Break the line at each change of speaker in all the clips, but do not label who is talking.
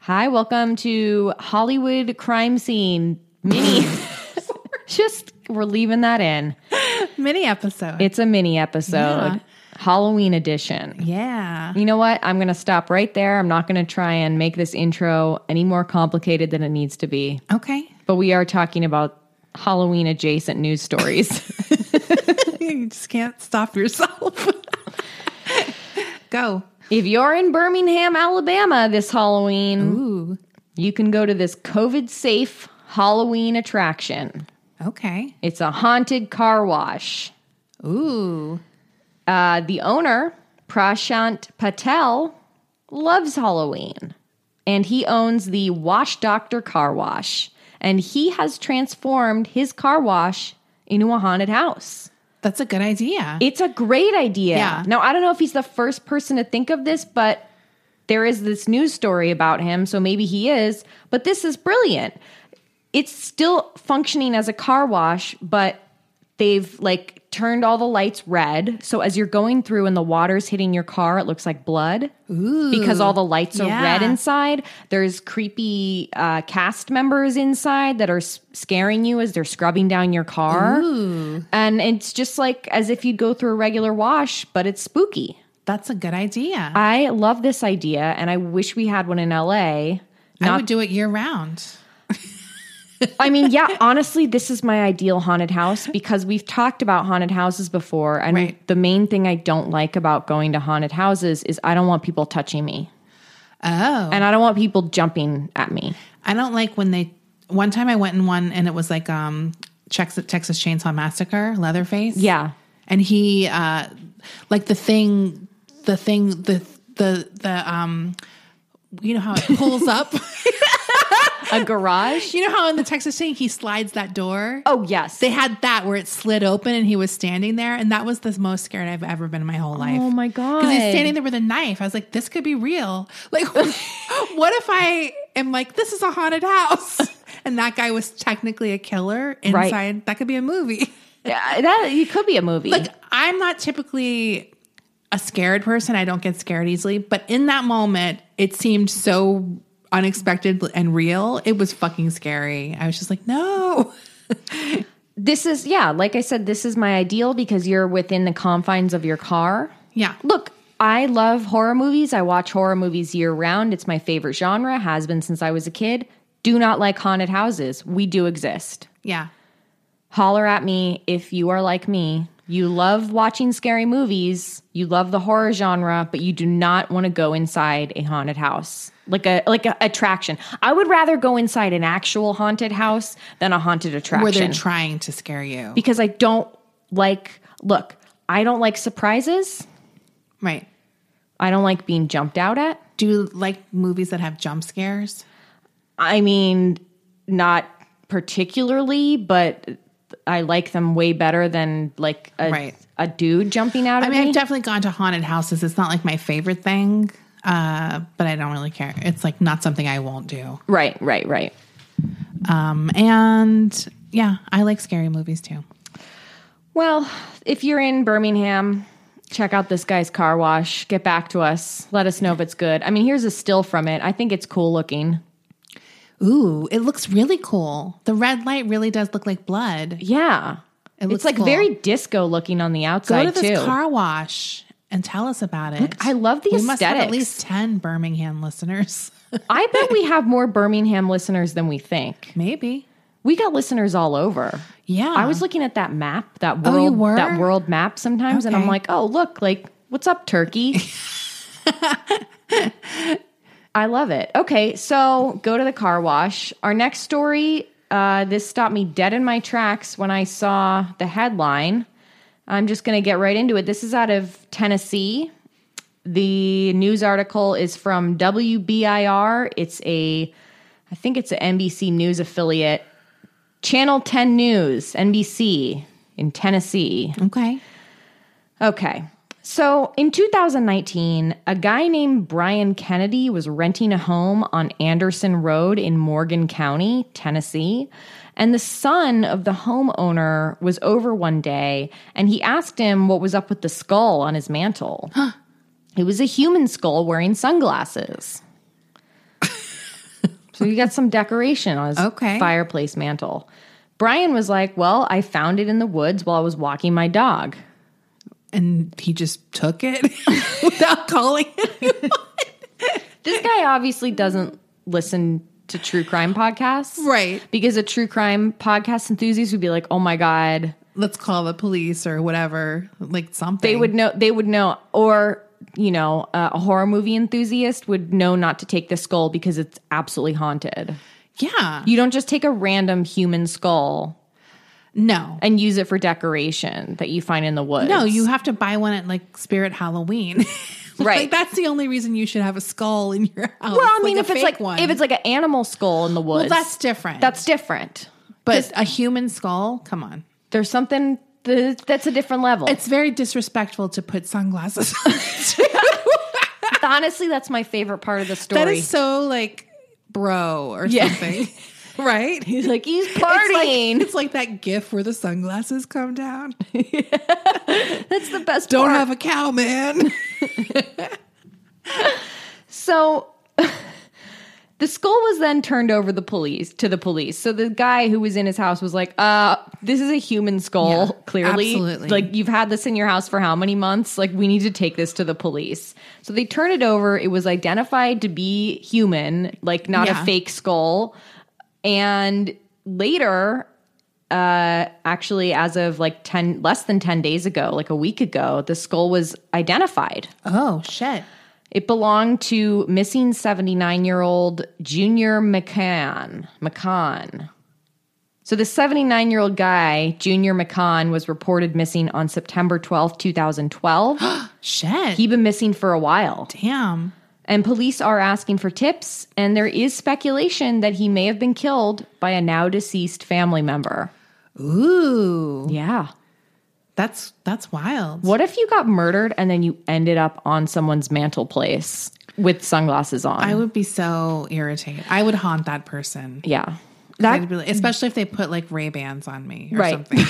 Hi, welcome to Hollywood crime scene mini. Just we're leaving that in.
Mini episode.
It's a mini episode,
Yeah.
Halloween edition.
yeah.
You know what? I'm going to stop right there. I'm not going to try and make this intro any more complicated than it needs to be.
Okay.
But we are talking about Halloween adjacent news stories.
you just can't stop yourself. Go.
if you're in Birmingham, Alabama this Halloween,
Ooh.
you can go to this COVID safe Halloween attraction.
Okay.
It's a haunted car wash.
Ooh.
Uh, the owner, Prashant Patel, loves Halloween and he owns the Wash Doctor Car Wash. And he has transformed his car wash into a haunted house.
That's a good idea.
It's a great idea.
Yeah.
Now, I don't know if he's the first person to think of this, but there is this news story about him, so maybe he is. But this is brilliant. It's still functioning as a car wash, but they've like turned all the lights red. So as you're going through and the water's hitting your car, it looks like blood because all the lights are
yeah.
red inside. There's creepy uh, cast members inside that are s- scaring you as they're scrubbing down your car. And it's just like as if you'd go through a regular wash, but it's spooky.
That's a good idea. I,
I love this idea and I wish we had one in LA. Not, I,
would do it year round.
mean, yeah, honestly, this is my ideal haunted house because we've talked about haunted houses before. And
Right.
the main thing I don't like about going to haunted houses is I don't want people touching me
Oh.
and I don't want people jumping at me.
I don't like when they one time I went in one and it was like um Texas Texas Chainsaw Massacre, Leatherface.
Yeah.
And he uh like the thing the thing the the the um you know how it pulls up.
A garage?
you know how in the Texas thing he slides that door?
Oh, yes.
They had that where it slid open and he was standing there, and that was the most scared I've ever been in my whole life.
Oh my
Because he's
God.
standing there with a knife. I was like, this could be real. Like, what if I am like, this is a haunted house, and that guy was technically a killer
Right.
inside? That could be a movie.
Yeah, that it could be a movie.
Like, I'm not typically a scared person. I don't get scared easily, but in that moment, it seemed so unexpected and real. It was fucking scary. I was just like, no.
this is yeah, like I said, this is my ideal because you're within the confines of your car.
Yeah.
Look, I love horror movies. I watch horror movies year round. It's my favorite genre, has been since I was a kid. Do not like haunted houses. We do exist.
Yeah.
Holler at me if you are like me. You love watching scary movies. You love the horror genre, but you do not want to go inside a haunted house. Like a like a attraction. I would rather go inside an actual haunted house than a haunted attraction
Where they're trying to scare you.
because I don't like look, I don't like surprises.
right.
I don't like being jumped out at.
Do you like movies that have jump scares?
I mean, not particularly, but I like them way better than like a,
Right.
a dude jumping out
I
at
mean,
me.
I've definitely gone to haunted houses. It's not like my favorite thing, uh, but I don't really care. It's like not something I won't do.
right, right, right.
Um, and yeah, I like scary movies too.
Well, if you're in Birmingham, check out this guy's car wash. Get back to us. Let us know if it's good. I mean, here's a still from it. I think it's cool looking.
Ooh, it looks really cool. The red light really does look like blood.
Yeah.
It
it's
looks
like
cool.
very disco looking on the
Go
outside
to this
too.
car wash and tell us about it.
I love the
we must have at
aesthetics.
least ten Birmingham listeners,
I bet we have more Birmingham listeners than we think.
maybe.
We got listeners all over.
Yeah,
I was looking at that map, that
Oh, you
world,
were?
that world map sometimes, and I'm
Okay.
like, oh, look, like, what's up, Turkey? I love it. Okay, so go to the car wash. Our next story. Uh, this stopped me dead in my tracks when I saw the headline. I'm just going to get right into it. This is out of Tennessee. The news article is from WBIR. It's a, I think it's an NBC News affiliate, Channel 10 News, NBC in Tennessee.
Okay.
Okay. So in 2019, a guy named Brian Kennedy was renting a home on Anderson Road in Morgan County, Tennessee. And the son of the homeowner was over one day and he asked him what was up with the skull on his mantle. it was a human skull wearing sunglasses. so he got some decoration on his
Okay.
fireplace mantle. Brian was like, Well, I found it in the woods while I was walking my dog.
And he just took it without calling it.
This guy obviously doesn't listen to true crime podcasts.
Right.
Because a true crime podcast enthusiast would be like, "Oh my god."
Let's call the police or whatever, like something.
They would know they would know or you know, uh, a horror movie enthusiast would know not to take the skull because it's absolutely haunted.
Yeah.
You don't just take a random human skull
no.
and use it for decoration that you find in the woods.
No, you have to buy one at like Spirit Halloween.
Right.
Like that's the only reason you should have a skull in your house.
Well, I mean,
a
if it's
fake
like if it's like an animal skull in the woods,
well, that's different.
that's different.
but a human skull. Come on,
There's something th- that's a different level.
it's very disrespectful to put sunglasses. on.
Honestly, that's my favorite part of the story.
that is so like bro or
Yeah.
something, right?
He's like, he's
It's
partying.
like, it's like that gif where the sunglasses come down.
That's the best
Don't
part.
have a cow, man.
so the skull was then turned over the police to the police. So the guy who was in his house was like, uh, this is a human skull,
Yeah,
clearly.
absolutely.
Like you've had this in your house for how many months? Like we need to take this to the police. So they turn it over. It was identified to be human, like not
Yeah.
a fake skull. And later, uh, actually as of like 10 less than 10 days ago like a week ago the skull was identified
oh shit.
it belonged to missing 79 year old junior mccann mccann so the 79 year old guy junior mccann was reported missing on september 12th 2012
Shit.
he'd been missing for a while
Damn.
and police are asking for tips and there is speculation that he may have been killed by a now deceased family member
Ooh.
yeah
That's that's wild.
What if you got murdered and then you ended up on someone's mantel place with sunglasses on?
I would be so irritated. I would haunt that person.
yeah.
I'd
That
be like- especially if they put like Ray Bans on me or
Right.
something.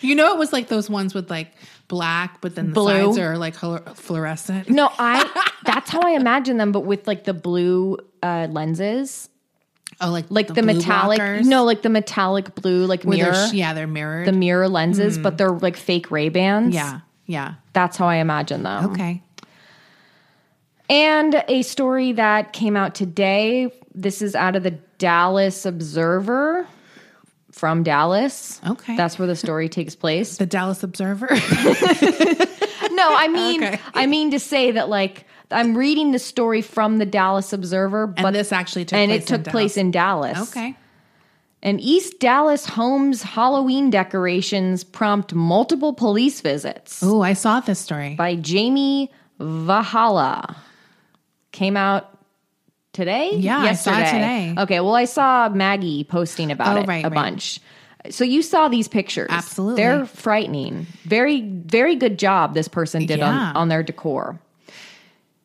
you know, it was like those ones with like black, but then the
Blue.
sides are like color- fluorescent.
no, I that's how I imagine them, but with like the blue uh, lenses.
Oh, like
Like the,
blue
metallic
blockers?
no, like the metallic blue, like
Where they're
mirror.
sh- yeah, they're mirrored.
The mirror lenses, but they're like fake Ray Bans.
yeah, yeah.
That's how I imagine them.
Okay.
And a story that came out today. This is out of the Dallas Observer from Dallas.
Okay.
That's where the story takes place.
The Dallas Observer.
No, I mean,
Okay.
I mean to say that like I'm reading the story from the Dallas Observer, but
and this actually took
and
place
it took
in
place
Dallas.
in Dallas.
Okay.
An East Dallas home's Halloween decorations prompt multiple police visits
Oh, I saw this story.
by Jamie Vahala. Came out today?
Yeah, I saw
yesterday.
it today.
Okay, well I saw Maggie posting about
Oh,
it
right,
a
right.
bunch. So you saw these pictures.
Absolutely.
They're frightening. Very very good job this person did
Yeah.
on on their decor.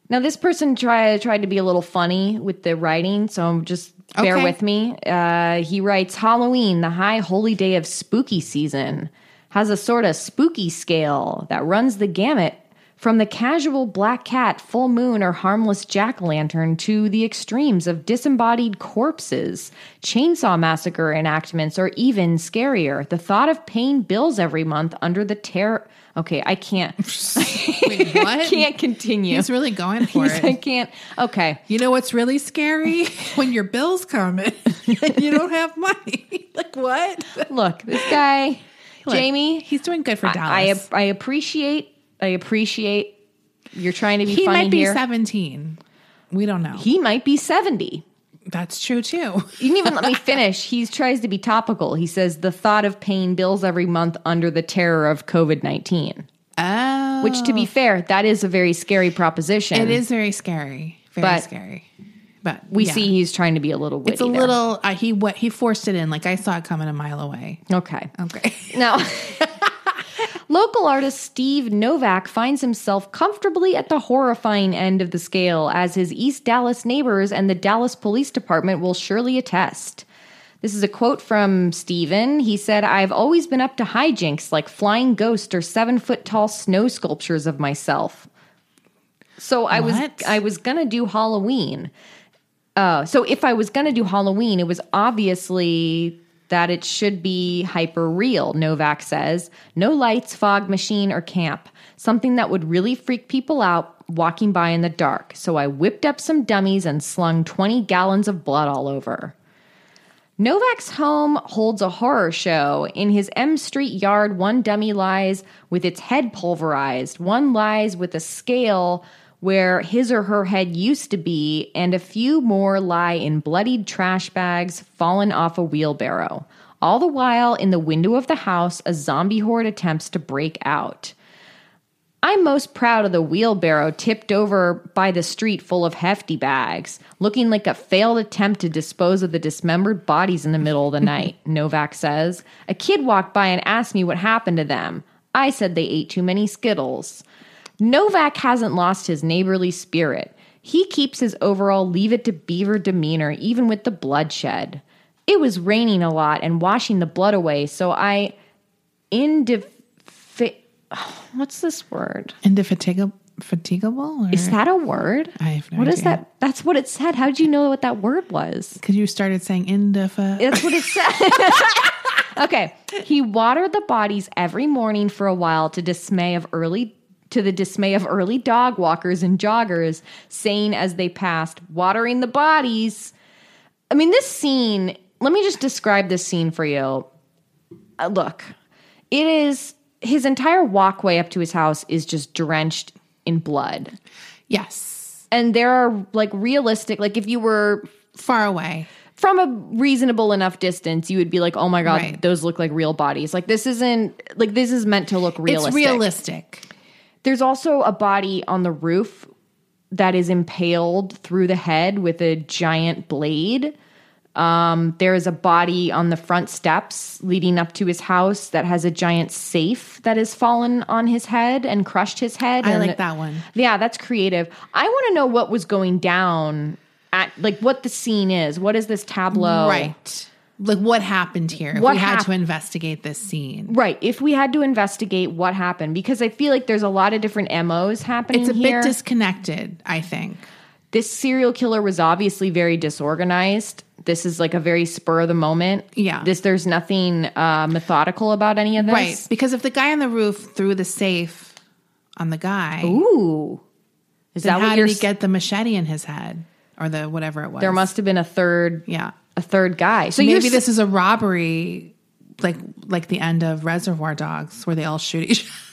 Now this person tried tried to be a little funny with the writing, so just bear
Okay.
with me. Uh, he writes Halloween, the high holy day of spooky season, has a sort of spooky scale that runs the gamut from the casual black cat, full moon, or harmless jack o' lantern to the extremes of disembodied corpses, chainsaw massacre enactments, or even scarier, the thought of paying bills every month under the terror. Okay, I can't.
Wait, what?
I can't continue.
He's really going for
He's-
it.
I can't. Okay.
you know what's really scary? when your bills come in and you don't have money. like what?
Look, this guy,
Look,
Jamie.
he's doing good for
I,
Dallas.
I I appreciate. I appreciate. You're trying to be
he
funny
might be
here.
17. We don't know.
He might be seventy.
That's true too.
You didn't even let me finish. He tries to be topical. He says the thought of paying bills every month under the terror of COVID nineteen.
Oh,
Which, to be fair, that is a very scary proposition.
it is very scary. Very
But-
scary. But
We
yeah.
see he's trying to be a little witty.
It's a
there.
little. Uh, he what he forced it in. Like I saw it coming a mile away.
okay.
Okay.
Now, local artist Steve Novak finds himself comfortably at the horrifying end of the scale, as his East Dallas neighbors and the Dallas Police Department will surely attest. This is a quote from Steven. He said, I've always been up to hijinks like flying ghosts or seven foot tall snow sculptures of myself. So I was
What?
I was gonna do Halloween. Uh, so if I was going to do Halloween, it was obviously that it should be hyper real, Novak says. No lights, fog, machine, or camp. Something that would really freak people out walking by in the dark. So I whipped up some dummies and slung 20 gallons of blood all over. Novak's home holds a horror show. In his M Street yard, one dummy lies with its head pulverized, one lies with a scale where his or her head used to be, and a few more lie in bloodied trash bags fallen off a wheelbarrow. All the while, in the window of the house, a zombie horde attempts to break out. I'm most proud of the wheelbarrow tipped over by the street full of hefty bags, looking like a failed attempt to dispose of the dismembered bodies in the middle of the night, Novak says. A kid walked by and asked me what happened to them. I said they ate too many Skittles. Novak hasn't lost his neighborly spirit. He keeps his overall leave it to beaver demeanor, even with the bloodshed. It was raining a lot and washing the blood away, so I indif- What's this word?
Indefatigable. Fatigable? Or?
Is that a word?
I have no
What is
idea.
that? That's what it said. How did you know what that word was?
Because you started saying indefa.
That's what it said. okay. He watered the bodies every morning for a while to dismay of early to the dismay of early dog walkers and joggers, saying as they passed, watering the bodies. I mean, this scene, let me just describe this scene for you. Uh, look, it is his entire walkway up to his house is just drenched in blood.
yes.
and there are like realistic like if you were
Far away.
from a reasonable enough distance you would be like oh my god
Right.
those look like real bodies like this isn't like this is meant to look realistic
It's realistic.
there's also a body on the roof that is impaled through the head with a giant blade um, there is a body on the front steps leading up to his house that has a giant safe that has fallen on his head and crushed his head
I
and
like that one.
yeah, that's creative. I want to know what was going down at like what the scene is. What is this tableau?
Right. Like what happened here? If
What
we had
hap-
to investigate this scene.
Right. If we had to investigate what happened, because I feel like there's a lot of different MOs happening
It's a
here.
bit disconnected, I think.
this serial killer was obviously very disorganized. This is like a very spur of the moment.
Yeah.
This there's nothing uh, methodical about any of this.
Right. Because if the guy on the roof threw the safe on the guy,
Ooh. Is
then
that
how
what
did
you're?
he get the machete in his head? Or the whatever it was.
there must have been a third,
Yeah.
a third guy. So you're
Maybe
s-
this is a robbery like like the end of Reservoir Dogs where they all shoot each other.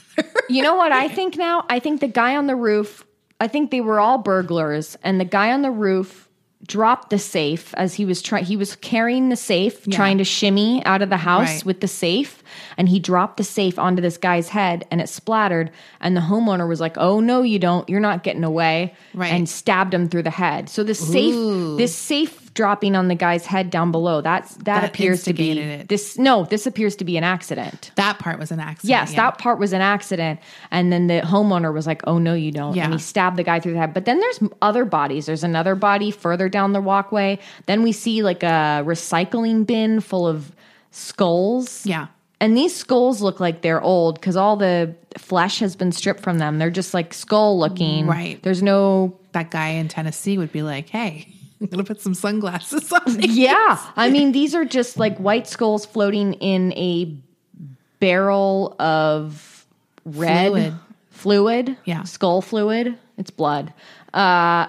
You know what I think now? I think the guy on the roof, I think they were all burglars, and the guy on the roof dropped the safe as he was trying he was carrying the safe trying to shimmy out of the house
Right.
with the safe and he dropped the safe onto this guy's head and it splattered and the homeowner was like oh no you don't you're not getting away
Right.
and stabbed him through the head so this safe this safe dropping on the guy's head down below that's that,
That
appears to be
instigated it.
this no this appears to be an accident
That part was an accident.
Yes,
yeah.
that part was an accident. And then the homeowner was like, oh, no, you don't. And
Yeah.
he stabbed the guy through the head. But then there's m- other bodies. There's another body further down the walkway. Then we see like a recycling bin full of skulls.
Yeah.
And these skulls look like they're old because all the flesh has been stripped from them. They're just like skull looking.
Right.
There's no.
That guy in Tennessee would be like, "Hey, I'm gonna put some sunglasses on." me."
Yeah. I mean, these are just like white skulls floating in a barrel of red
Fluid.
fluid,
Yeah.
skull fluid. It's blood. Uh,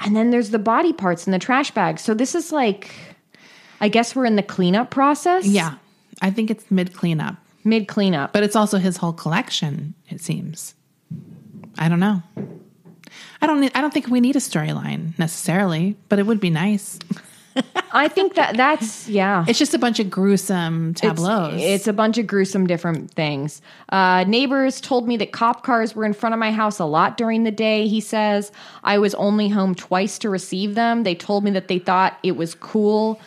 and then there's the body parts in the trash bag. So this is like, I guess we're in the cleanup process.
Yeah, I think it's mid cleanup,
mid cleanup.
but it's also his whole collection. It seems. I don't know. I don't. Need, I don't think we need a storyline necessarily, but it would be nice.
I think that that's yeah.
It's just a bunch of gruesome
It's-
tableaus.
It's, a bunch of gruesome different things. Uh, neighbors told me that cop cars were in front of my house a lot during the day. He says I was only home twice to receive them. They told me that they thought it was cool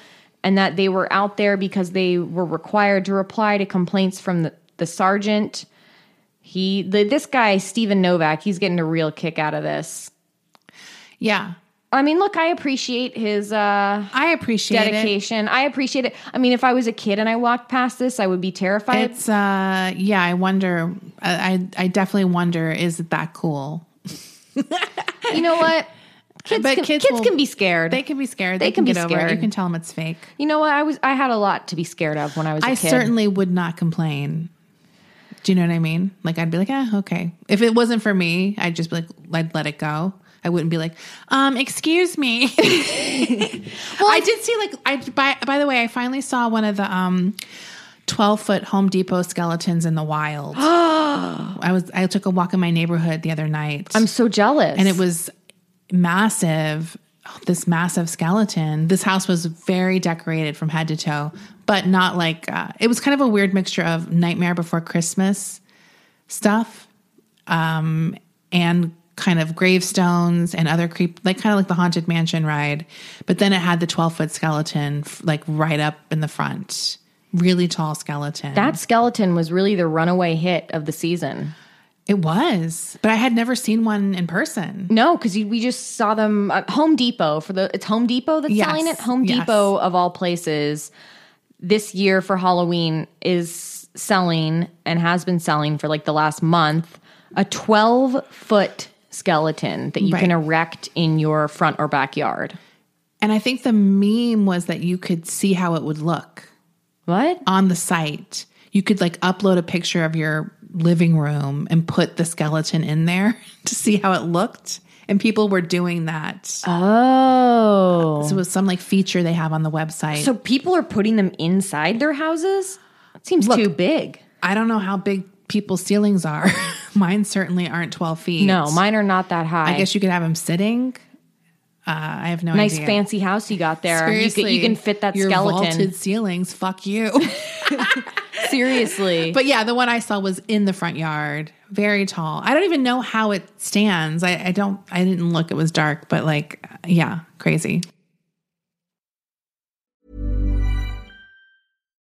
and that they were out there because they were required to reply to complaints from the, the sergeant. He the, this guy Steven Novak. He's getting a real kick out of this.
yeah.
I mean, look, I appreciate his. Uh,
I appreciate it.
dedication. I appreciate it. I mean, if I was a kid and I walked past this, I would be terrified.
It's uh yeah, I wonder I I I definitely wonder is it that cool?
you know what? Kids,
But
can, kids,
kids will-
can be scared.
They can be scared.
They
They,
can
can,
be
get over it. You
scared.
can tell them it's fake.
you know what? I was I had a lot to be scared of when I was a
I
kid.
certainly would not complain. Do you know what I mean? Like I'd be like, ah, okay. If it wasn't for me, I'd just be like, I'd let it go. I wouldn't be like, um, excuse me. I did see like I by by the way, I finally saw one of the um 12 foot Home Depot skeletons in the wild. I was I took a walk in my neighborhood the other night.
I'm so jealous.
and it was massive this massive skeleton this house was very decorated from head to toe but not like uh, it was kind of a weird mixture of nightmare before christmas stuff um, and kind of gravestones and other creep like kind of like the haunted mansion ride but then it had the 12 foot skeleton f- like right up in the front really tall skeleton
that skeleton was really the runaway hit of the season.
it was but i had never seen one in person
No, because we just saw them at Home Depot for the. It's Home Depot that's
Yes,
selling it. Home
yes.
Depot of all places, this year for Halloween is selling and has been selling for like the last month a twelve foot skeleton that you
Right.
can erect in your front or backyard.
and i think the meme was that you could see how it would look
What?
on the site. You could like upload a picture of your living room and put the skeleton in there to see how it looked. And people were doing that.
Oh,
so it was some like feature they have on the website.
so people are putting them inside their houses. It seems too big.
I don't know how big people's ceilings are. Mine certainly aren't 12 feet.
No, mine are not that high.
I guess you could have them sitting. Uh, I have no
nice
idea.
fancy house you got there. You can,
Seriously,
you can fit that
your
skeleton.
vaulted ceilings. Fuck you.
Seriously.
But yeah, the one I saw was in the front yard, very tall. I don't even know how it stands. I, I don't, I didn't look. It was dark, but like, yeah, crazy.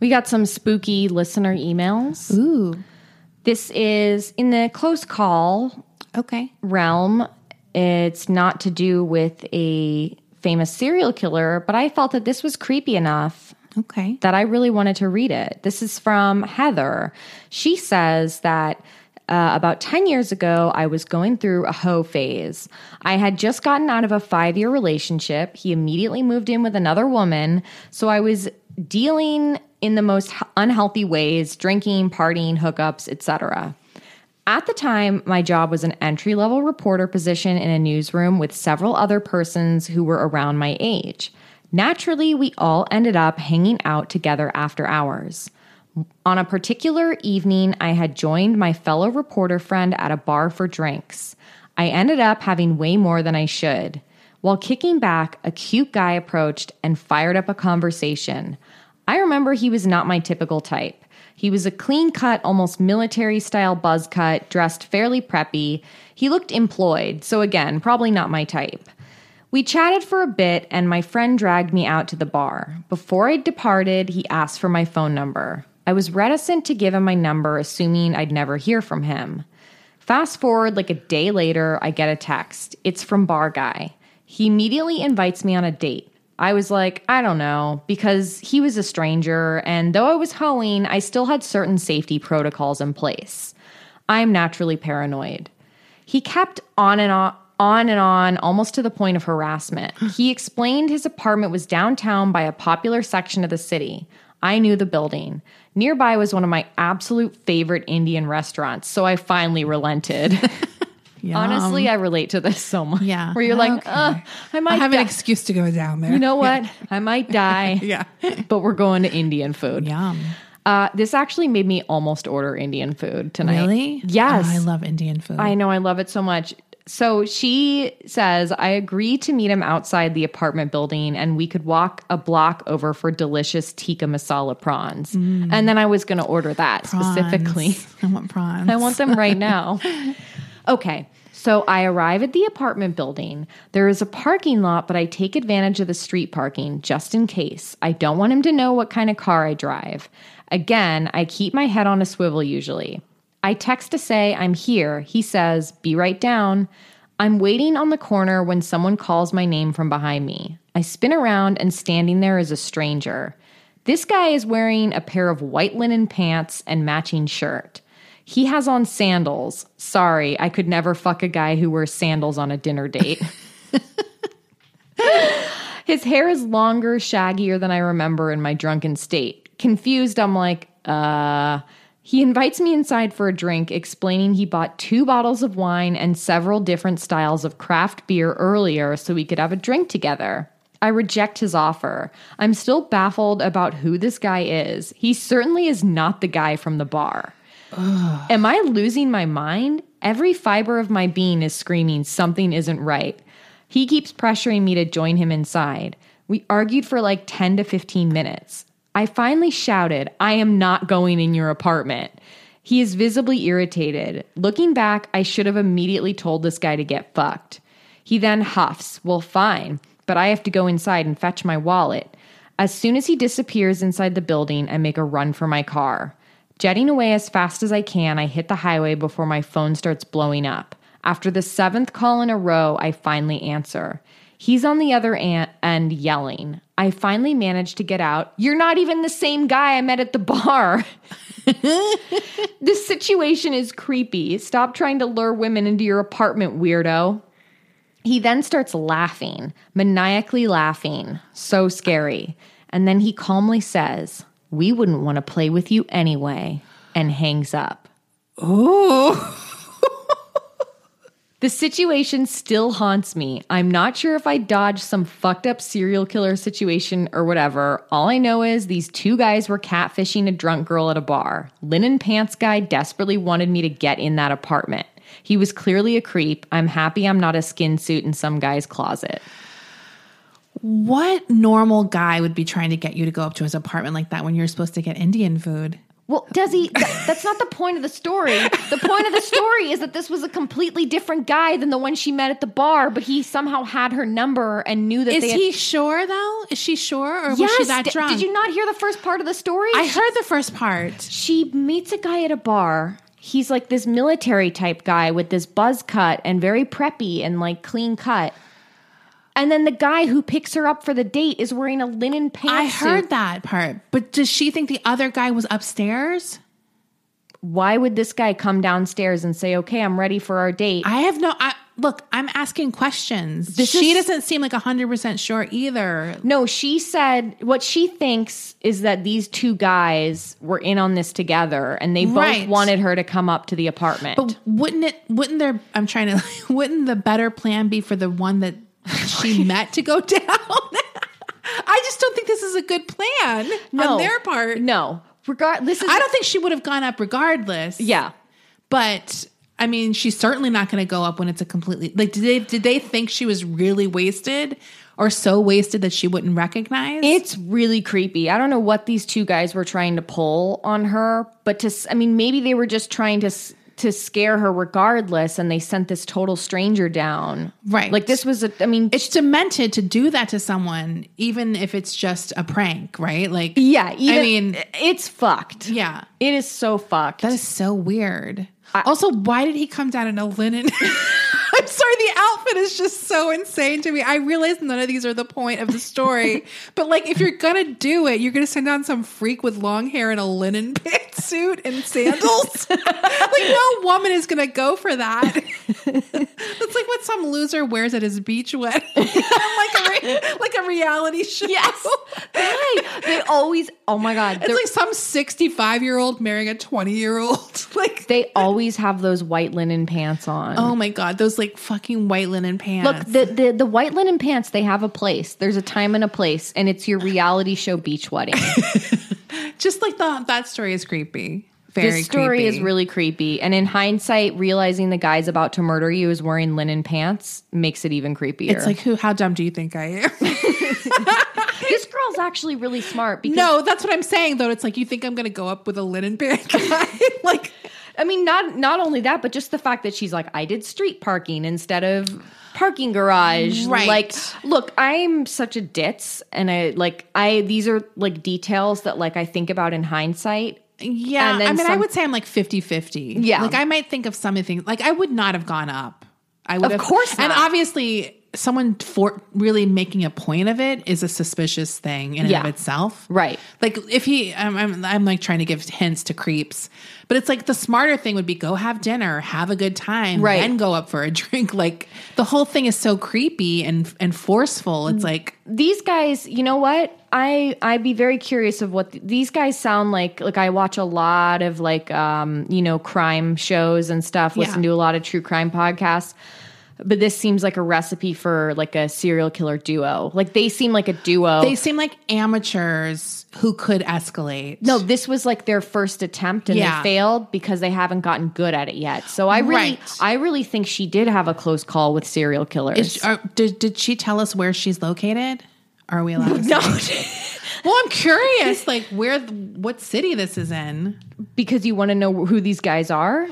We got some spooky listener emails.
Ooh.
This is in the close call
Okay.
realm. It's not to do with a famous serial killer, but I felt that this was creepy enough
Okay.
that I really wanted to read it. This is from Heather. She says that uh, about 10 years ago, I was going through a hoe phase. I had just gotten out of a five year relationship. He immediately moved in with another woman. So I was dealing in the most h- unhealthy ways drinking, partying, hookups, etc. At the time, my job was an entry level reporter position in a newsroom with several other persons who were around my age. Naturally, we all ended up hanging out together after hours. On a particular evening, I had joined my fellow reporter friend at a bar for drinks. I ended up having way more than I should. While kicking back, a cute guy approached and fired up a conversation. I remember he was not my typical type. He was a clean cut, almost military style buzz cut, dressed fairly preppy. He looked employed, so again, probably not my type. We chatted for a bit, and my friend dragged me out to the bar. Before I departed, he asked for my phone number. I was reticent to give him my number, assuming I'd never hear from him. Fast forward like a day later, I get a text. It's from Bar Guy. He immediately invites me on a date. I was like, I don't know, because he was a stranger, and though I was hoeing, I still had certain safety protocols in place. I'm naturally paranoid. He kept on and on. On and on, almost to the point of harassment. He explained his apartment was downtown by a popular section of the city. I knew the building. Nearby was one of my absolute favorite Indian restaurants, so I finally relented. Honestly, I relate to this so much.
Yeah.
Where you're like,
Okay.
"Ugh, I might
I have
die.
an excuse to go down there.
You know what? I might die.
Yeah.
But we're going to Indian food.
Yum.
Uh, this actually made me almost order Indian food tonight.
Really?
Yes.
Oh, I love Indian food.
I know. I love it so much. So she says, I agree to meet him outside the apartment building and we could walk a block over for delicious tikka masala prawns. And then I was going to order that specifically.
Mm. Prawns. I want prawns.
I want them right now. Okay. So I arrive at the apartment building. There is a parking lot, but I take advantage of the street parking just in case. I don't want him to know what kind of car I drive. Again, I keep my head on a swivel usually. I text to say I'm here. He says, "Be right down." I'm waiting on the corner when someone calls my name from behind me. I spin around and standing there is a stranger. This guy is wearing a pair of white linen pants and matching shirt. He has on sandals. Sorry, I could never fuck a guy who wears sandals on a dinner date. His hair is longer, shaggier than I remember in my drunken state. Confused, I'm like, uh. He invites me inside for a drink, explaining he bought two bottles of wine and several different styles of craft beer earlier so we could have a drink together. I reject his offer. I'm still baffled about who this guy is. He certainly is not the guy from the bar. Am I losing my mind? Every fiber of my being is screaming something isn't right. He keeps pressuring me to join him inside. We argued for like 10 to 15 minutes. I finally shouted, I am not going in your apartment. He is visibly irritated. Looking back, I should have immediately told this guy to get fucked. He then huffs, Well, fine, but I have to go inside and fetch my wallet. As soon as he disappears inside the building, I make a run for my car. Jetting away as fast as I can, I hit the highway before my phone starts blowing up. After the seventh call in a row, I finally answer. He's on the other an- end yelling. I finally manage to get out. You're not even the same guy I met at the bar. this situation is creepy. Stop trying to lure women into your apartment, weirdo. He then starts laughing, maniacally laughing, so scary. And then he calmly says, We wouldn't want to play with you anyway, and hangs up.
Ooh.
The situation still haunts me. I'm not sure if I dodged some fucked up serial killer situation or whatever. All I know is these two guys were catfishing a drunk girl at a bar. Linen Pants Guy desperately wanted me to get in that apartment. He was clearly a creep. I'm happy I'm not a skin suit in some guy's closet.
What normal guy would be trying to get you to go up to his apartment like that when you're supposed to get Indian food?
Well, does he? th- that's not the point of the story. The point of the story is that this was a completely different guy than the one she met at the bar, but he somehow had her number and knew that
Is
they.
he
had,
sure though? Is she sure, or was she that
d-
drunk?
Did you not hear the first part of the story?
I heard the first part.
she meets a guy at a bar. He's like this military type guy with this buzz cut and very preppy and like clean cut. And then the guy who picks her up for the date is wearing a linen pantsuit.
I heard that part, but does she think the other guy was upstairs?
Why would this guy come downstairs and say, "Okay, I'm ready for our date"?
I have no. I, look, I'm asking questions. she
is-
doesn't seem like hundred percent sure either.
No, she said what she thinks is that these two guys were in on this together and they both
Right.
wanted her to come up to the apartment.
But wouldn't it? Wouldn't there? I'm trying to. Wouldn't the better plan be for the one that she met to go down? I just don't think this is a good plan
no,
on their part.
No. Regard this is
I don't think she would have gone up regardless.
Yeah.
but I mean, she's certainly not going to go up when it's a completely like. Did they? Did they think she was really wasted, or so wasted that she wouldn't recognize?
It's really creepy. I don't know what these two guys were trying to pull on her, but to s- I mean maybe they were just trying to s- to scare her regardless and they sent this total stranger down.
Right.
Like this was a I mean
it's demented to do that to someone, even if it's just a prank, right? Like,
yeah, even,
I mean,
it's fucked.
yeah,
It is so fucked.
that is so weird. also, why did he come down in a linen? I'm sorry, the outfit is just so insane to me. I realize none of these are the point of the story, but like, if you're gonna do it, you're gonna send down some freak with long hair and a linen pantsuit and sandals. like, no woman is gonna go for that. That's like what some loser wears at his beach wedding, like a re- like a reality show.
Yes. Why? They always, oh my God.
It's
they're-
like some 65 year old marrying a 20 year old. Like,
they always have those white linen pants on.
oh my God, those like fucking white linen pants.
Look, the, the, the white linen pants, they have a place. There's a time and a place, and it's your reality show beach wedding.
just like the, that story is creepy. Very
this story
creepy.
is really creepy. And in hindsight, realizing the guy's about to murder you is wearing linen pants makes it even creepier.
It's like, who, how dumb do you think I am?
this girl's actually really smart because
no, that's what I'm saying though. It's like, you think I'm going to go up with a linen pant guy? like,
I mean, not not only that, but just the fact that she's like, I did street parking instead of parking garage.
Right.
Like, look, I'm such a ditz, and I like I these are like details that like I think about in hindsight.
yeah.
And then
I mean, I
some-
would say I'm like 50 50.
Yeah.
Like, I might think of some things, like, I would not have gone up. I would
Of
have,
course
And
not.
obviously, someone for really making a point of it is a suspicious thing in and
Yeah.
of itself.
Right.
Like if he, I'm, I'm, I'm like trying to give hints to creeps, but it's like the smarter thing would be go have dinner, have a good time,
Right.
then go up for a drink. Like the whole thing is so creepy and and forceful.
Mm,
It's like
These guys, you know what? I I'd be very curious of what th- these guys sound like. Like I watch a lot of like um you know crime shows and stuff. Listen
Yeah.
to a lot of true crime podcasts. But this seems like a recipe for like a serial killer duo. Like they seem like a duo.
they seem like amateurs who could escalate.
No, this was like their first attempt and
Yeah.
they failed because they haven't gotten good at it yet. So I really
Right.
I really think she did have a close call with serial killers.
Is, are, did did she tell us where she's located? Are we allowed? To no. well, I'm curious, like where, what city this is in.
because you want to know who these guys are?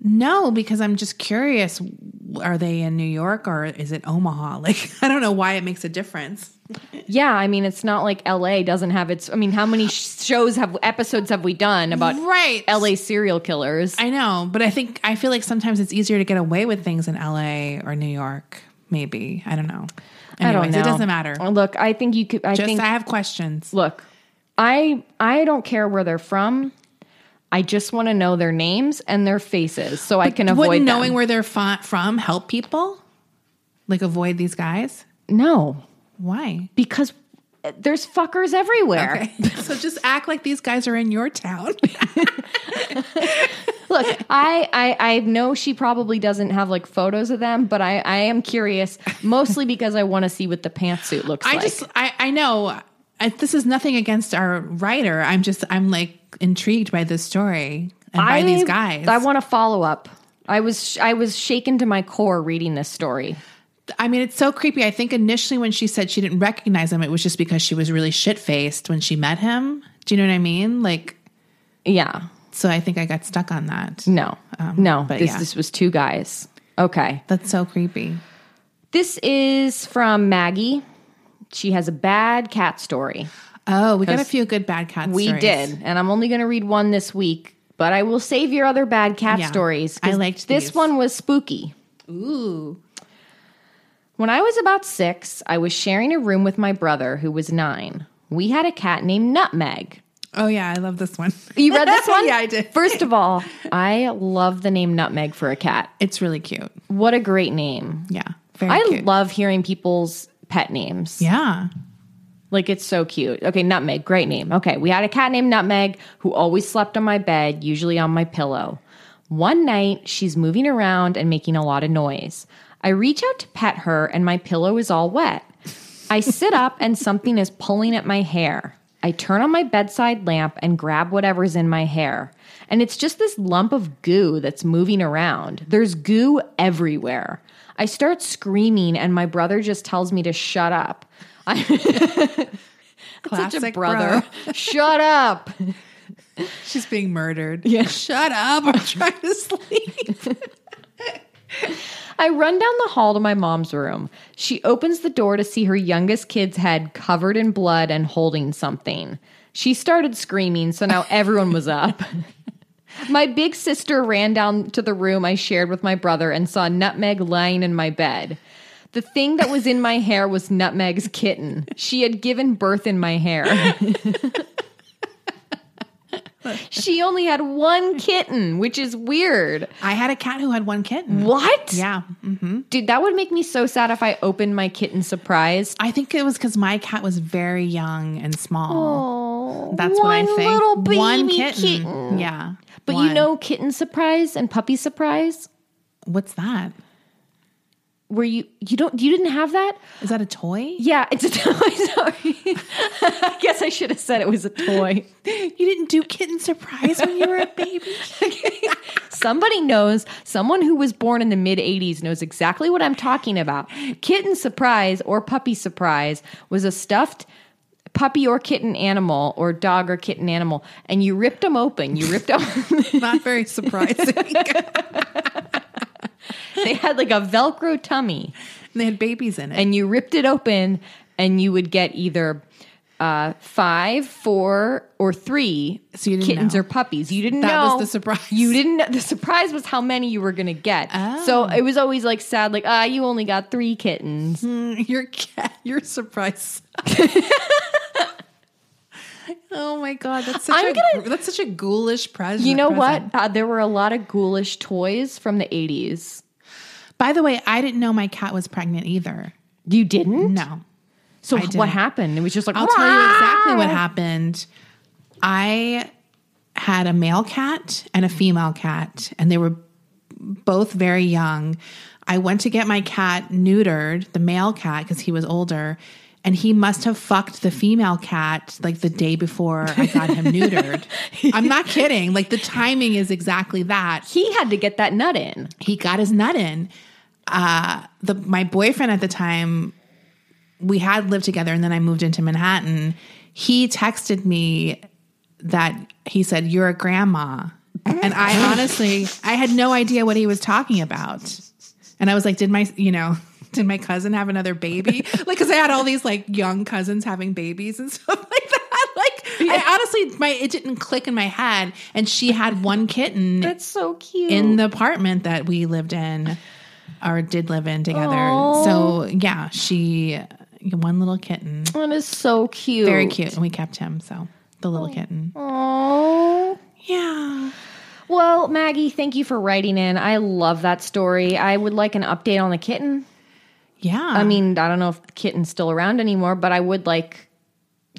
No, because I'm just curious. Are they in New York or is it Omaha? Like, I don't know why it makes a difference.
Yeah, I mean it's not like LA doesn't have its I mean how many sh- shows have episodes have we done about
Right.
LA serial killers?
I know, but I think, I feel like sometimes it's easier to get away with things in LA or New York, maybe. I don't know.
I don't
Anyways,
know.
It doesn't matter.
Look, I think you could I
just,
think
I have questions.
look, I I don't care where they're from. I just want to know their names and their faces so I can avoid
Wouldn't
them.
knowing where they're fa- from help people? Like, avoid these guys?
No,
Why?
because there's fuckers everywhere.
so just act like these guys are in your town.
look, I, I I know she probably doesn't have like photos of them, but I, I am curious mostly because I want to see what the pantsuit looks
I
like.
just, I, I know I, this is nothing against our writer. I'm just, I'm like intrigued by this story and by these guys.
I want to follow up. I was I was shaken to my core reading this story.
I mean, it's so creepy. I think initially when she said she didn't recognize him, it was just because she was really shit faced when she met him. Do you know what I mean? Like,
Yeah.
so I think I got stuck on that.
No. no.
Um, but
this
yeah.
this was two guys. Okay.
That's so creepy.
This is from Maggie. She has a bad cat story.
Oh, we got a few good bad cat
We
stories.
did, and I'm only going to read one this week, but I will save your other bad cat
Yeah,
stories. 'cause
I liked
this
these.
one was spooky.
Ooh.
When I was about six, I was sharing a room with my brother who was nine. We had a cat named Nutmeg.
Oh, yeah. I love this one.
You read this one?
Yeah, I did.
First of all, I love the name Nutmeg for a cat.
It's really cute.
What a great name.
Yeah. Very
I
cute.
love hearing people's pet names.
Yeah.
Like it's so cute. Okay, Nutmeg, great name. Okay, we had a cat named Nutmeg who always slept on my bed, usually on my pillow. One night, she's moving around and making a lot of noise. I reach out to pet her, and my pillow is all wet. I sit up, and something is pulling at my hair. I turn on my bedside lamp and grab whatever's in my hair. And it's just this lump of goo that's moving around. There's goo everywhere. I start screaming, and my brother just tells me to shut up.
Classic
Such a
bro.
brother. Shut up.
She's being murdered. Yeah. Shut up. I'm trying to sleep.
I run down the hall to my mom's room. She opens the door to see her youngest kid's head covered in blood and holding something. She started screaming, so now everyone was up. My big sister ran down to the room I shared with my brother and saw Nutmeg lying in my bed. The thing that was in my hair was Nutmeg's kitten. She had given birth in my hair. she only had one kitten, which is weird.
I had a cat who had one
Mm.
kitten.
What?
Yeah. hmm
Dude, that would make me so sad if I opened my kitten surprised.
I think it was because my cat was very young and small. That's
one
what I think.
little
one
baby
kitten.
kitten.
Yeah.
But you
One.
know, kitten surprise and puppy surprise,
what's that?
where you you don't you didn't have that?
Is that a toy?
Yeah, it's a toy. Sorry, I guess I should have said it was a toy.
You didn't do kitten surprise when you were a baby.
Somebody knows. Someone who was born in the mid '80s knows exactly what I'm talking about. Kitten surprise or puppy surprise was a stuffed. Puppy or kitten animal, or dog or kitten animal, and you ripped them open. You ripped them.
Not very surprising.
they had like a velcro tummy
they had babies in it.
and you ripped it open and you would get either uh, five four or three
So you didn't
kittens
know.
or puppies you didn't
That
know
was the surprise.
you didn't know the surprise was how many you were gonna get
Oh.
so it was always like sad like ah you only got three kittens
Hmm. your cat, your surprise. oh my god, that's such
I'm
a
gonna-
that's such a ghoulish present.
you know what
present.
uh, there were a lot of ghoulish toys from the 80s
By the way, I didn't know my cat was pregnant either.
you didn't
No.
so
I
what
didn't.
happened it was just like
I'll tell you exactly what
"Wow."
happened. I had a male cat and a female cat, and they were both very young. I went to get my cat neutered, the male cat, because he was older, and he must have fucked the female cat like the day before I got him neutered. I'm not kidding. Like the timing is exactly that
he had to get that nut in
he got his nut in. Uh, the my boyfriend at the time, we had lived together, and then I moved into Manhattan. He texted me that he said, "You're a grandma," and I honestly, I had no idea what he was talking about, and I was like, "Did my, you know?" Did my cousin have another baby? Like, because I had all these like young cousins having babies and stuff like that. Like, I honestly, my it didn't click in my head. And she had one kitten
that's so cute
in the apartment that we lived in or did live in together. So yeah, she one little kitten,
That is so cute.
very cute, and we kept him. So the little kitten,
Aww.
yeah,
Well, Maggie, thank you for writing in. I love that story. I would like an update on the kitten.
yeah.
I mean, I don't know if the kitten's still around anymore, but I would like.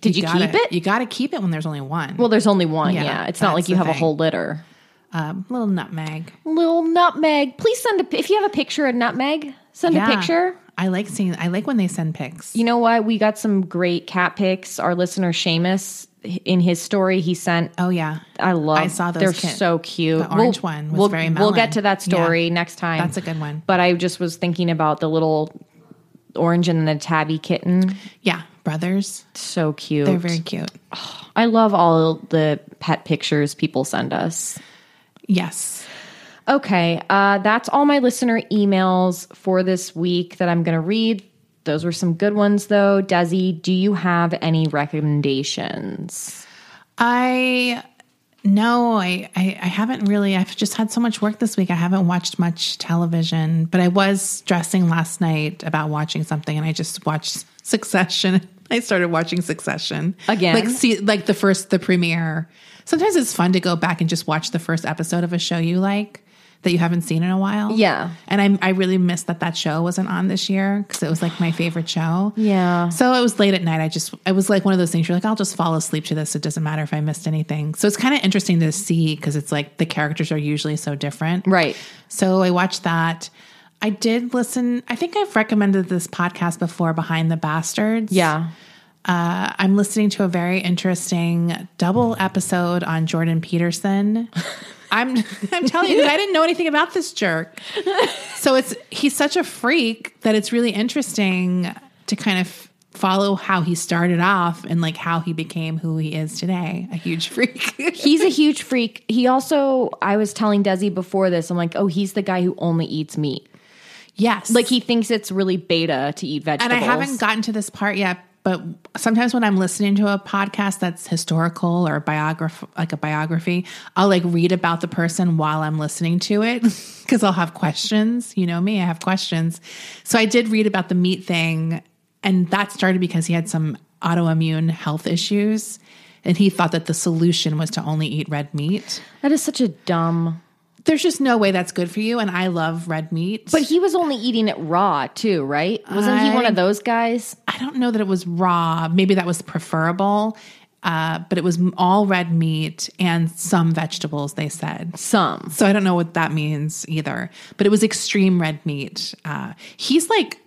Did you,
gotta-
keep it?
You got to keep it when there's only one.
well, there's only one. Yeah,
Yeah,
it's not
that's
like you
the
have a
thing.
whole litter.
um, little nutmeg.
Little nutmeg. Please send a pi- if you have a picture of nutmeg, send
Yeah.
a picture.
I like seeing. I like when they send pics.
You know what? We got some great cat pics. Our listener Seamus in his story he sent
oh yeah,
I love.
I saw those
They're
kit-
so cute.
the orange one was
we'll,
very
We'll
melon.
get to that story
Yeah.
next time.
That's a good one.
But I just was thinking about the little orange and the tabby kitten.
yeah, brothers.
So cute.
They're very cute.
I love all the pet pictures people send us.
Yes.
Okay, uh, that's all my listener emails for this week that I'm going to read. Those were some good ones, though. Desi, do you have any recommendations?
I no, I, I I haven't really. I've just had so much work this week. I haven't watched much television, but I was stressing last night about watching something, and I just watched Succession. I started watching Succession
Again?
like see like the first the premiere. Sometimes it's fun to go back and just watch the first episode of a show you like that you haven't seen in a while.
Yeah.
and I I really missed that that show wasn't on this year because it was like my favorite show.
Yeah.
So it was late at night. I just, it was like one of those things you're like, I'll just fall asleep to this. It doesn't matter if I missed anything. So it's kind of interesting to see because it's like the characters are usually so different.
Right.
So I watched that. I did listen. I think I've recommended this podcast before, Behind the Bastards.
Yeah.
Uh, I'm listening to a very interesting double episode on Jordan Peterson. I'm I'm telling you, I didn't know anything about this jerk. So it's he's such a freak that it's really interesting to kind of follow how he started off and like how he became who he is today, a huge freak.
He's a huge freak. He also, I was telling Desi before this, I'm like, oh, he's the guy who only eats meat.
yes.
Like he thinks it's really beta to eat
and
vegetables.
I haven't gotten to this part yet, but sometimes when I'm listening to a podcast that's historical or biograph like a biography, I'll like read about the person while I'm listening to it because I'll have questions. You know me, I have questions. So I did read about the meat thing, and that started because he had some autoimmune health issues. And he thought that the solution was to only eat red meat.
That is such a dumb.
There's just no way that's good for you. And I love red meat.
But he was only eating it raw too, right? Wasn't he one of those guys?
I don't know that it was raw. Maybe that was preferable, uh, but it was all red meat and some vegetables, they said.
Some.
So I don't know what that means either, but it was extreme red meat. Uh, he's like,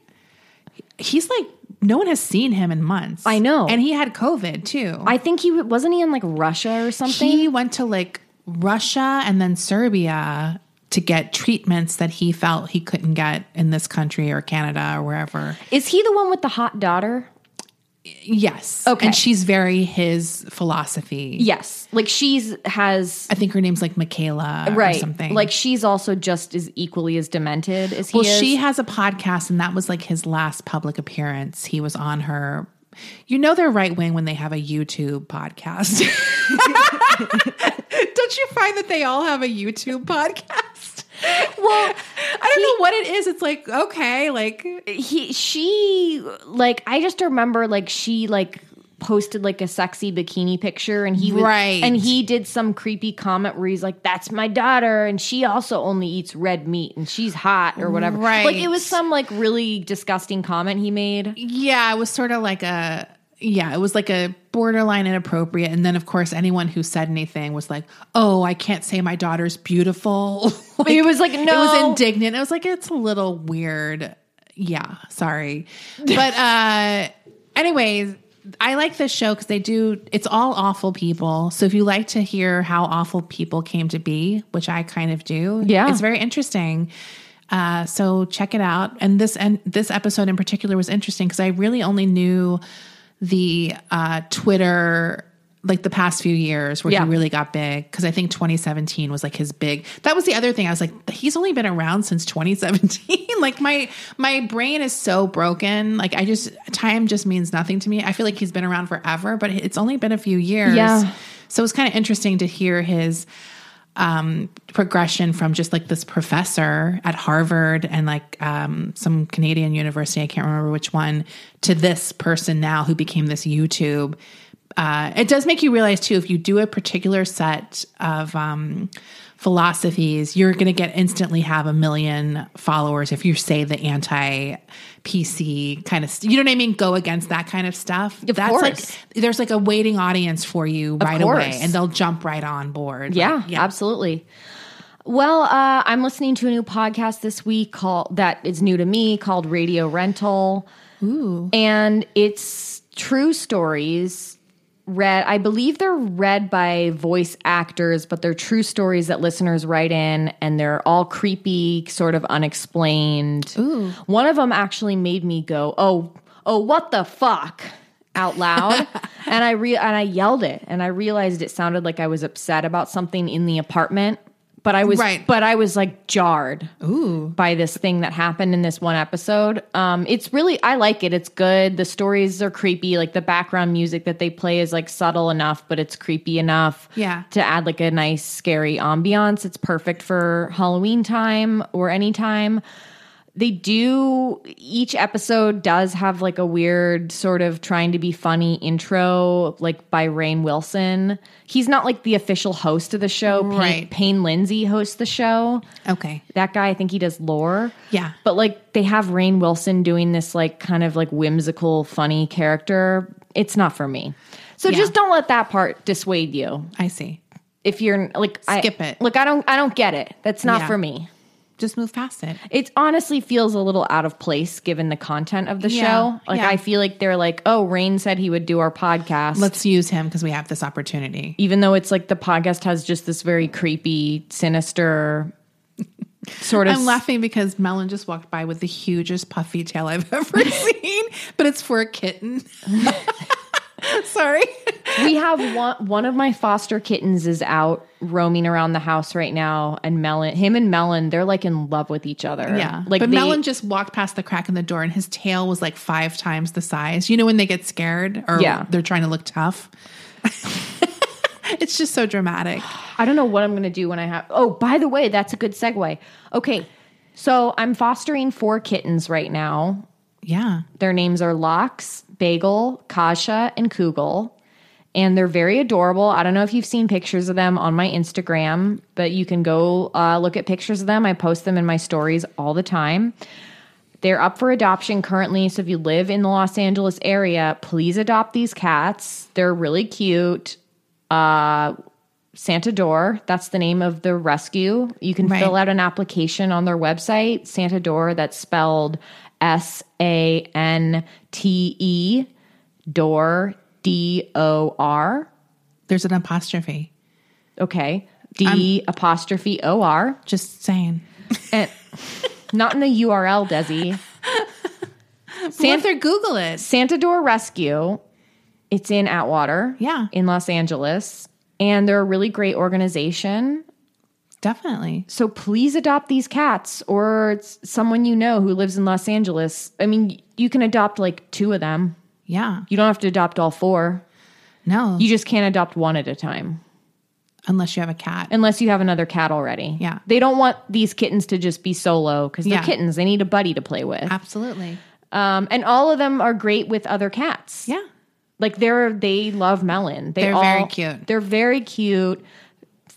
he's like, no one has seen him in months.
I know.
And he had COVID too.
I think he w- wasn't he in like Russia or something.
He went to like Russia and then Serbia to get treatments that he felt he couldn't get in this country or Canada or wherever.
Is he the one with the hot daughter?
Yes.
Okay.
And she's very his philosophy.
Yes. Like she's has
I think her name's like Michaela
right
or something.
Like she's also just as equally as demented as he
well,
is.
she has a podcast, and that was like his last public appearance. He was on her. You know they're right wing when they have a YouTube podcast. Don't you find that they all have a YouTube podcast?
well,
I don't know what it is. It's like okay, like
he she like I just remember like she like posted like a sexy bikini picture and he was
Right.
and he did some creepy comment where he's like that's my daughter and she also only eats red meat and she's hot or whatever like it
Right.
was some like really disgusting comment he made
yeah, it was sort of like a yeah, it was like a borderline inappropriate. And then of course anyone who said anything was like, oh, I can't say my daughter's beautiful. Like,
It was like,
it was
no.
indignant. It was like it's a little weird. Yeah, sorry, but uh, anyways. I like this show because they do, it's all awful people. So if you like to hear how awful people came to be, which I kind of do,
Yeah.
it's very interesting. Uh, so check it out. And this and this episode in particular was interesting because I really only knew the uh, Twitter like the past few years where
Yeah.
he really got big because I think 2017 was like his big. That was the other thing. I was like, he's only been around since 2017. like my my brain is so broken. Like I just time just means nothing to me. I feel like he's been around forever, but it's only been a few years.
Yeah.
So it's kind of interesting to hear his um, progression from just like this professor at Harvard and like um, some Canadian university, I can't remember which one, to this person now who became this YouTube uh, it does make you realize too if you do a particular set of um, philosophies you're going to get instantly have a million followers if you say the anti pc kind of st- you know what i mean go against that kind of stuff
Of
that's
course.
like there's like a waiting audience for you right away
course.
and they'll jump right on board
Yeah,
Like,
absolutely. Well, uh, I'm listening to a new podcast this week called that is new to me called Radio Rental, Ooh. and it's true stories read. I believe they're read by voice actors, but they're true stories that listeners write in, and they're all creepy, sort of unexplained. Ooh. One of them actually made me go, "Oh, oh, what the fuck!" out loud, and I re- and I yelled it, and I realized it sounded like I was upset about something in the apartment. But I was,
Right.
but I was like jarred by this thing that happened in this one episode. Um, it's really, I like it. It's good. The stories are creepy. Like the background music that they play is like subtle enough, but it's creepy enough.
Yeah.
To add like a nice, scary ambiance. It's perfect for Halloween time or any time. They do, each episode does have like a weird sort of trying to be funny intro, like by Rain Wilson. He's not like the official host of the show. Payne-
Right.
Payne Lindsay hosts the show
okay
that guy i think he does lore
Yeah.
but like they have rain wilson doing this like kind of like whimsical funny character it's not for me so just don't let that part dissuade you
i see
if you're like
Skip
I,
it.
look i don't i don't get it that's not
Yeah.
for me
just move past it
it honestly feels a little out of place given the content of the
Yeah,
show like
yeah.
i feel like they're like oh rain said he would do our podcast
let's use him because we have this opportunity
even though it's like the podcast has just this very creepy sinister sort of
I'm laughing because Melon just walked by with the hugest puffy tail I've ever seen, but it's for a kitten. Sorry.
we have one one of my foster kittens is out roaming around the house right now and melon him and melon they're like in love with each other like
Like but
they-
Melon just walked past the crack in the door and his tail was like five times the size. You know when they get scared or
Yeah.
they're trying to look tough? it's just so dramatic.
i don't know what i'm gonna do when i have oh by the way that's a good segue okay so i'm fostering four kittens right now
Yeah.
Their names are Lox, Bagel, Kasha, and Kugel. And they're very adorable. I don't know if you've seen pictures of them on my Instagram, but you can go uh, look at pictures of them. I post them in my stories all the time. They're up for adoption currently. So if you live in the Los Angeles area, please adopt these cats. They're really cute. Uh, Santador. That's the name of the rescue. You can
Right.
fill out an application on their website, Santador, that's spelled S A N T E Door D O R.
There's an apostrophe.
Okay. D apostrophe O R.
Just saying.
And not in the URL, Desi. Santa
Panther, Google it.
Santador Rescue. It's in Atwater.
Yeah.
In Los Angeles. And they're a really great organization.
Definitely.
So please adopt these cats or it's someone you know who lives in Los Angeles. I mean, you can adopt like two of them.
Yeah.
You don't have to adopt all four.
No.
You just can't adopt one at a time
Unless you have a cat.
unless you have another cat already.
Yeah.
They don't want these kittens to just be solo because they're
Yeah.
kittens. They need a buddy to play with.
Absolutely.
Um, and all of them are great with other cats.
Yeah.
Like they're they love melon. They
They're
all-
very cute.
They're very cute.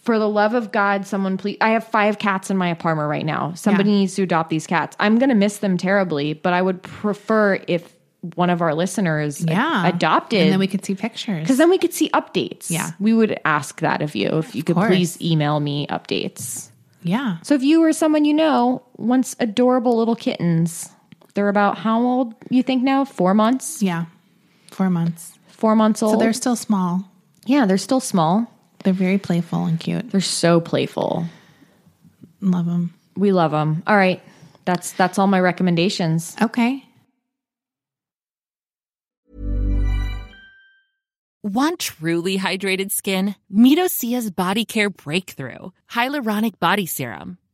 For the love of God, someone please. I have five cats in my apartment right now. Somebody
Yeah.
needs to adopt these cats. I'm going to miss them terribly, but I would prefer if one of our listeners a-
Yeah.
adopted.
And then we could see pictures.
because then we could see updates.
Yeah.
We would ask that of you if you could
course.
please email me updates.
Yeah.
So if you or someone you know wants adorable little kittens, they're about how old you think now? Four months?
Yeah. Four months.
Four months old?
So they're still small.
yeah, they're still small.
They're very playful and cute.
They're so playful.
Love them.
We love them. All right. That's that's all my recommendations.
Okay.
Want truly hydrated skin? Meet Osea's Body Care Breakthrough Hyaluronic Body Serum.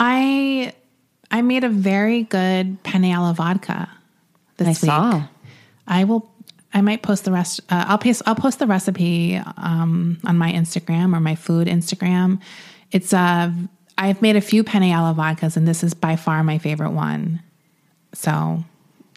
I I made a very good penne alla vodka this
I
week.
saw.
I will. I might post the rest. Uh, I'll post. I'll post the recipe um, on my Instagram or my food Instagram. It's. Uh, I've made a few penne alla vodkas, and this is by far my favorite one. So,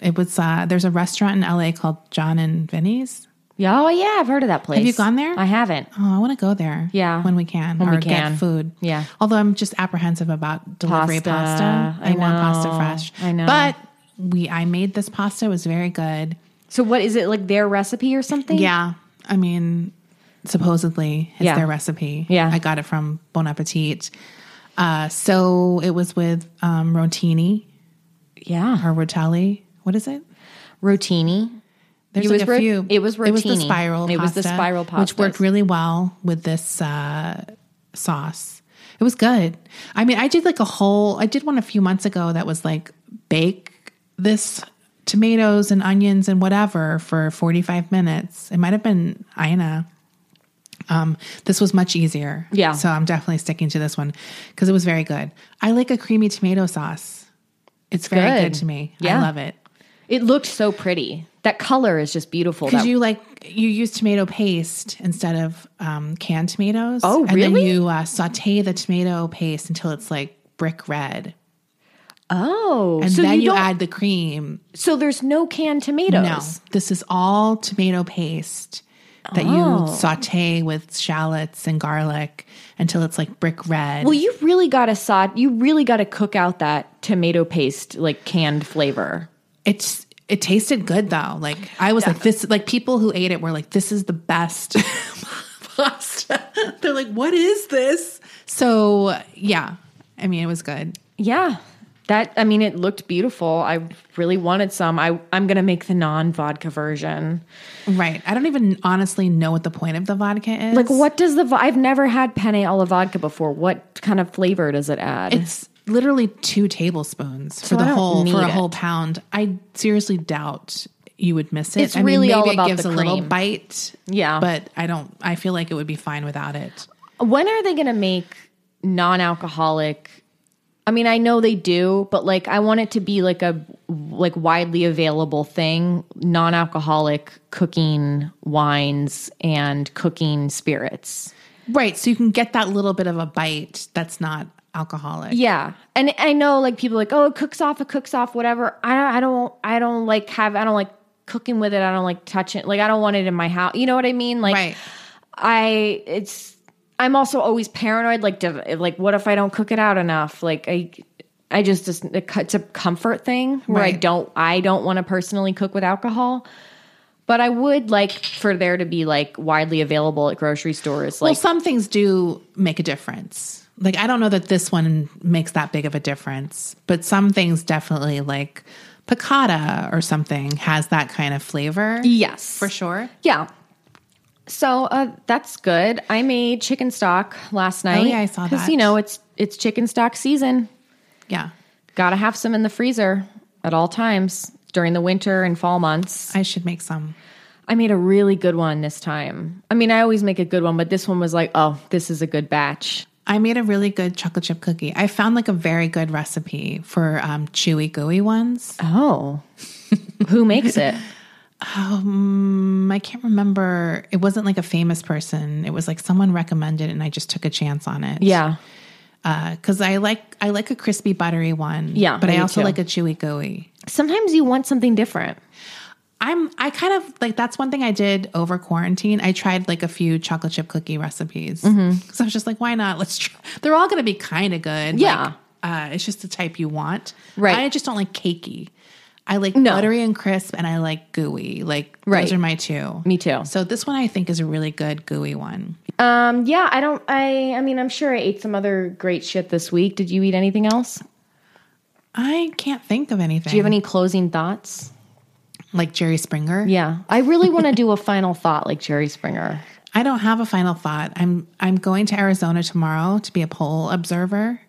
it was. Uh, there's a restaurant in LA called John and Vinny's.
Yeah, Oh, yeah, I've heard of that place.
you gone there?
I haven't.
Oh, I want to go there.
Yeah.
when we can,
When
or
we
get
can.
food.
Yeah.
although I'm just apprehensive about delivery
Pasta.
pasta. I,
I
want
know.
pasta fresh.
I know.
but we. I made this pasta. It was very good.
So what is it like their recipe or something?
Yeah. I mean, supposedly it's
Yeah.
their recipe.
Yeah.
I got it from Bon Appetit. Uh, so it was with um, rotini
Yeah.
or rotelli. What is it?
Rotini.
There's
It
like
was
a
ro-
few.
it was
It was the
rotini.
spiral.
It was the
pasta,
spiral
which worked
pastas.
really well with this uh, sauce. It was good. I mean, I did like a whole. I did one a few months ago that was like bake this tomatoes and onions and whatever for forty five minutes. It might have been Ina. Um, this was much easier.
Yeah.
So I'm definitely sticking to this one because it was very good. I like a creamy tomato sauce. It's very good,
good.
to me.
Yeah.
I love it.
It looked so pretty. That color is just beautiful.
because
That-
you like you use tomato paste instead of um, canned tomatoes.
Oh,
and then
really?
you uh, saute the tomato paste until it's like brick red,
oh,
and
so
then
you,
you,
don't.
add the cream.
so there's no canned tomatoes.
No, this is all tomato paste that
Oh.
you saute with shallots and garlic until it's like brick red.
Well, you really got to sod. You really got to cook out that tomato paste like canned flavor.
it's it tasted good though. Like I was like this. Like people who ate it were like, "This is the best pasta." They're like, "What is this?" So yeah, I mean, it was good.
Yeah. That I mean it looked beautiful. I really wanted some. I I'm going to make the non-vodka version.
Right. I don't even honestly know what the point of the vodka is.
Like what does the vo- I've never had penne alla vodka before. What kind of flavor does it add?
It's literally two tablespoons for
I
the
don't
whole
need
for a
it.
whole pound. I seriously doubt you would miss it.
It's
I mean,
really
maybe
all about
it gives
the
a little
cream.
bite.
Yeah.
But I don't. I feel like it would be fine without it.
when are they going to make non-alcoholic I mean, I know they do, but like I want it to be like a like widely available thing, non-alcoholic cooking wines and cooking spirits.
Right. So you can get that little bit of a bite that's not alcoholic.
Yeah, and I know like people are like oh it cooks off it cooks off whatever. I I don't I don't like have I don't like cooking with it. I don't like touching it. Like I don't want it in my house. You know what I mean? Like
Right.
I it's I'm also always paranoid. Like do, like what if I don't cook it out enough? Like I I just just it's a comfort thing where I
Right.
don't I don't want to personally cook with alcohol. But I would like for there to be like widely available at grocery stores. Like
well, some things do make a difference. Like I don't know that this one makes that big of a difference, but some things definitely like piccata or something has that kind of flavor.
yes,
For sure.
Yeah. So uh, that's good. I made chicken stock last night.
yeah, I saw that.
you know it's it's chicken stock season.
Yeah.
Got to have some in the freezer at all times during the winter and fall months.
I should make some.
I made a really good one this time. I mean, I always make a good one, but this one was like, oh, this is a good batch.
I made a really good chocolate chip cookie. I found like a very good recipe for um, chewy gooey ones.
Oh, who makes it?
Um, I can't remember. It wasn't like a famous person. It was like someone recommended it and I just took a chance on it.
Yeah,
because I like I like a crispy buttery one.
Yeah,
but
me
I also
too.
like a chewy gooey.
sometimes you want something different.
I'm Um, I kind of like that's one thing I did over quarantine. I tried like a few chocolate chip cookie recipes because
Mm-hmm.
I was just like, why not? Let's try. They're all going to be kind of good.
Yeah.
like, uh, it's just the type you want.
Right.
I just don't like cakey. I like
No.
buttery and crisp, and I like gooey. Like
Right.
those are my two.
Me too.
So this one I think is a really good gooey one.
Um, yeah, I don't. I I mean, I'm sure I ate some other great shit this week. Did you eat anything else?
I can't think of anything.
Do you have any closing thoughts?
like Jerry Springer?
Yeah. I really want to do a final thought like Jerry Springer.
I don't have a final thought. I'm I'm going to Arizona tomorrow to be a poll observer.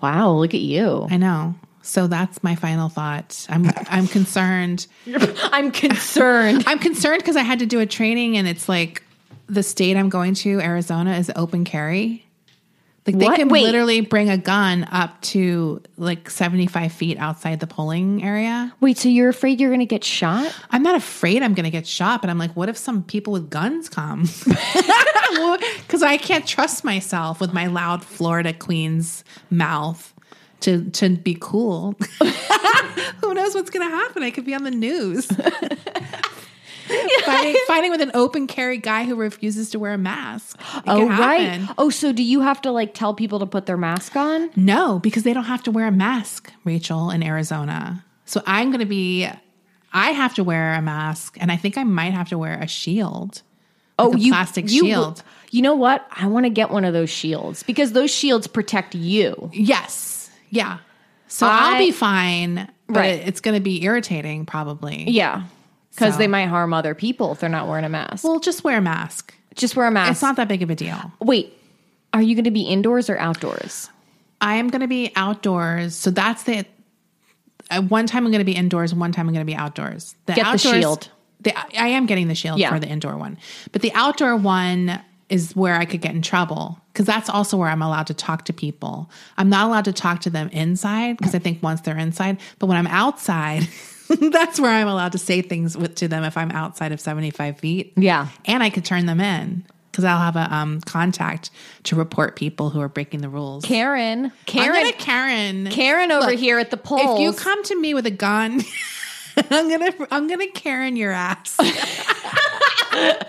Wow, look at you.
I know. So that's my final thought. I'm I'm concerned.
I'm concerned.
I'm concerned because I had to do a training and it's like the state I'm going to, Arizona, is open carry. Like they
What?
could
Wait.
literally bring a gun up to like 75 feet outside the polling area.
Wait, so you're afraid you're going to get shot?
I'm not afraid I'm going to get shot, but I'm like, what if some people with guns come? Because I can't trust myself with my loud Florida Queen's mouth to to be cool. Who knows what's going to happen? I could be on the news. fighting, fighting with an open carry guy who refuses to wear a mask. It
oh,
could
right.
happen.
Oh, so do you have to like tell people to put their mask on?
No, because they don't have to wear a mask, Rachel, in Arizona. So I'm going to be, I have to wear a mask, and I think I might have to wear a shield.
Oh,
a plastic shield.
You know what? I want to get one of those shields because those shields protect you.
Yes. Yeah. So
I-
I, will be fine, but
Right.
it's going to be irritating probably.
Yeah. Because
So-
they might harm other people if they're not wearing a mask.
Well, just wear a mask.
Just wear a mask.
It's not that big of a deal.
Wait, are you going to be indoors or outdoors?
I am going to be outdoors. So that's the uh, one time I'm going to be indoors, one time I'm going to be outdoors.
Get the
outdoors,
shield.
the- I am getting the shield
Yeah.
for the indoor one. But the outdoor one is where I could get in trouble because that's also where I'm allowed to talk to people. I'm not allowed to talk to them inside because I think once they're inside, but when I'm outside, that's where I'm allowed to say things with, to them if I'm outside of 75 feet.
Yeah.
And I could turn them in because I'll have a um, contact to report people who are breaking the rules.
Karen.
I'm
Karen.
gonna Karen.
Karen over
Look,
here at the polls.
If you come to me with a gun, I'm gonna I'm gonna Karen your ass.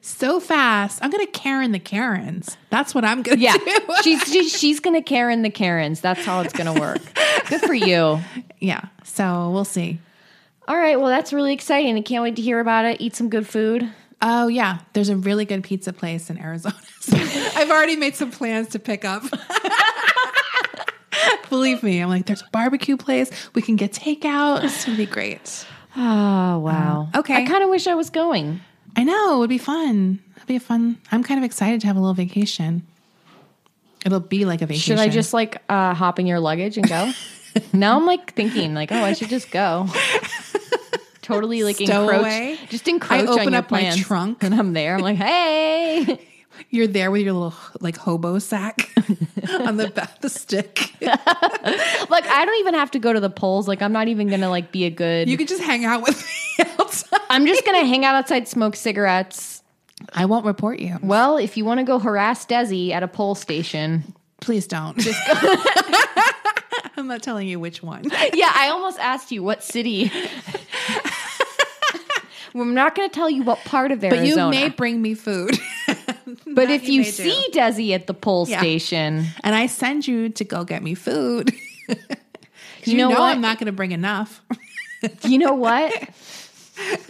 so fast. I'm gonna Karen the Karens. That's what I'm gonna
Yeah.
do.
she's she's, she's going to Karen the Karens. That's how it's going to work. Good for you.
yeah. So we'll see.
All right. Well, that's really exciting. I can't wait to hear about it. Eat some good food.
Oh yeah. There's a really good pizza place in Arizona. So I've already made some plans to pick up. Believe me, I'm like, there's a barbecue place. We can get takeout. This would be great.
Oh, wow.
okay.
I kind of wish I was going.
I know it would be fun. It'd be a fun. I'm kind of excited to have a little vacation. It'll be like a vacation.
Should I just like uh, hop in your luggage and go? now I'm like thinking like, oh, I should just go. totally like
Stow
encroach,
away?
just encroach
I
on
open
your
up my
plans.
trunk.
and I'm there. I'm like, hey,
You're there with your little like hobo sack on the back, the stick.
like I don't even have to go to the polls. Like I'm not even gonna like be a good.
You could just hang out with me outside.
I'm just gonna hang out outside, smoke cigarettes.
I won't report you.
Well, if you want to go harass Desi at a poll station,
Please don't. I'm not telling you which one.
yeah, I almost asked you what city. We're not going to tell you what part of
But
Arizona.
you may bring me food.
But if
you
you,
may do.
see Desi at the poll
Yeah.
station,
and I send you to go get me food. 'Cause you,
know
know,
what?
I'm not going to bring enough.
you know what?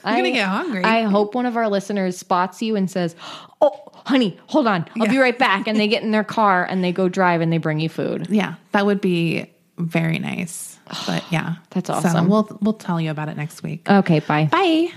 I'm
gonna get hungry.
I hope one of our listeners spots you and says, "Oh, honey, hold on, I'll be right back." And they get in their car and they go drive and they bring you food.
yeah, that would be very nice. But yeah,
That's
So
awesome.
we'll we'll tell you about it next week.
Okay, bye.
Bye.